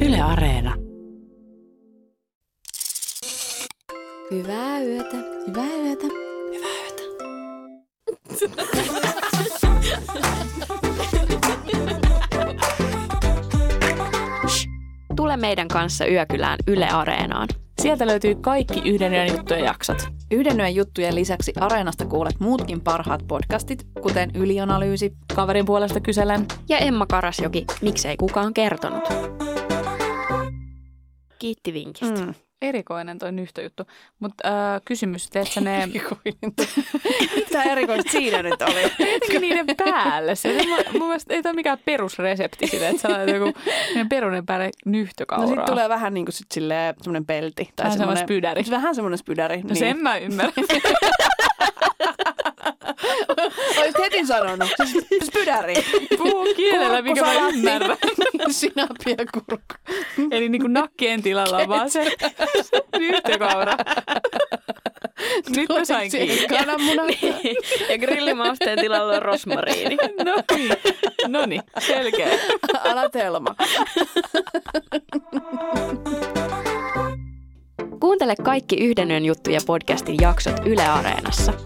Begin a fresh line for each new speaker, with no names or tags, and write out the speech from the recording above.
Yle Areena.
Hyvää yötä. Hyvää yötä. Hyvää yötä.
Tule meidän kanssa yökylään Yle Areenaan. Sieltä löytyy kaikki Yhden yön juttujen jaksot.
Yhden yön juttujen lisäksi Areenasta kuulet muutkin parhaat podcastit, kuten Ylianalyysi,
Kaverin puolesta kyselen. Ja Emma Karasjoki, miksei kukaan kertonut. Kiitti vinkistä. Mm.
Mm. Erikoinen toi nyhtöjuttu. Mutta äh, kysymys, teet sä ne...
Mitä erikoista siinä nyt oli?
Jotenkin niiden päälle. Se, mun, mun mielestä ei tämä mikään perusresepti sille, että sä laitat joku niiden perunen päälle
No
nyhtökauraa.
sit tulee vähän niinku sit silleen semmonen pelti. Tai
Vähän semmonen
semmonen-
spydäri.
Vähän semmonen spydäri. niin.
No sen mä ymmärrän.
Olisit heti sanonut. Siis Spydäri.
Puhun kielellä, mikä mä
Kurkkusalaatti.
ymmärrän.
Sinappi ja kurkku.
Eli niin kuin nakkien tilalla on vaan se nyhtökaura. Nyt mä sain
Siihen
kiinni.
Kananmuna.
Ja grillimausteen tilalla on rosmariini.
No niin, no niin, selkeä.
Alatelma.
Kuuntele kaikki Yhden yön juttuja podcastin jaksot Yle Areenassa.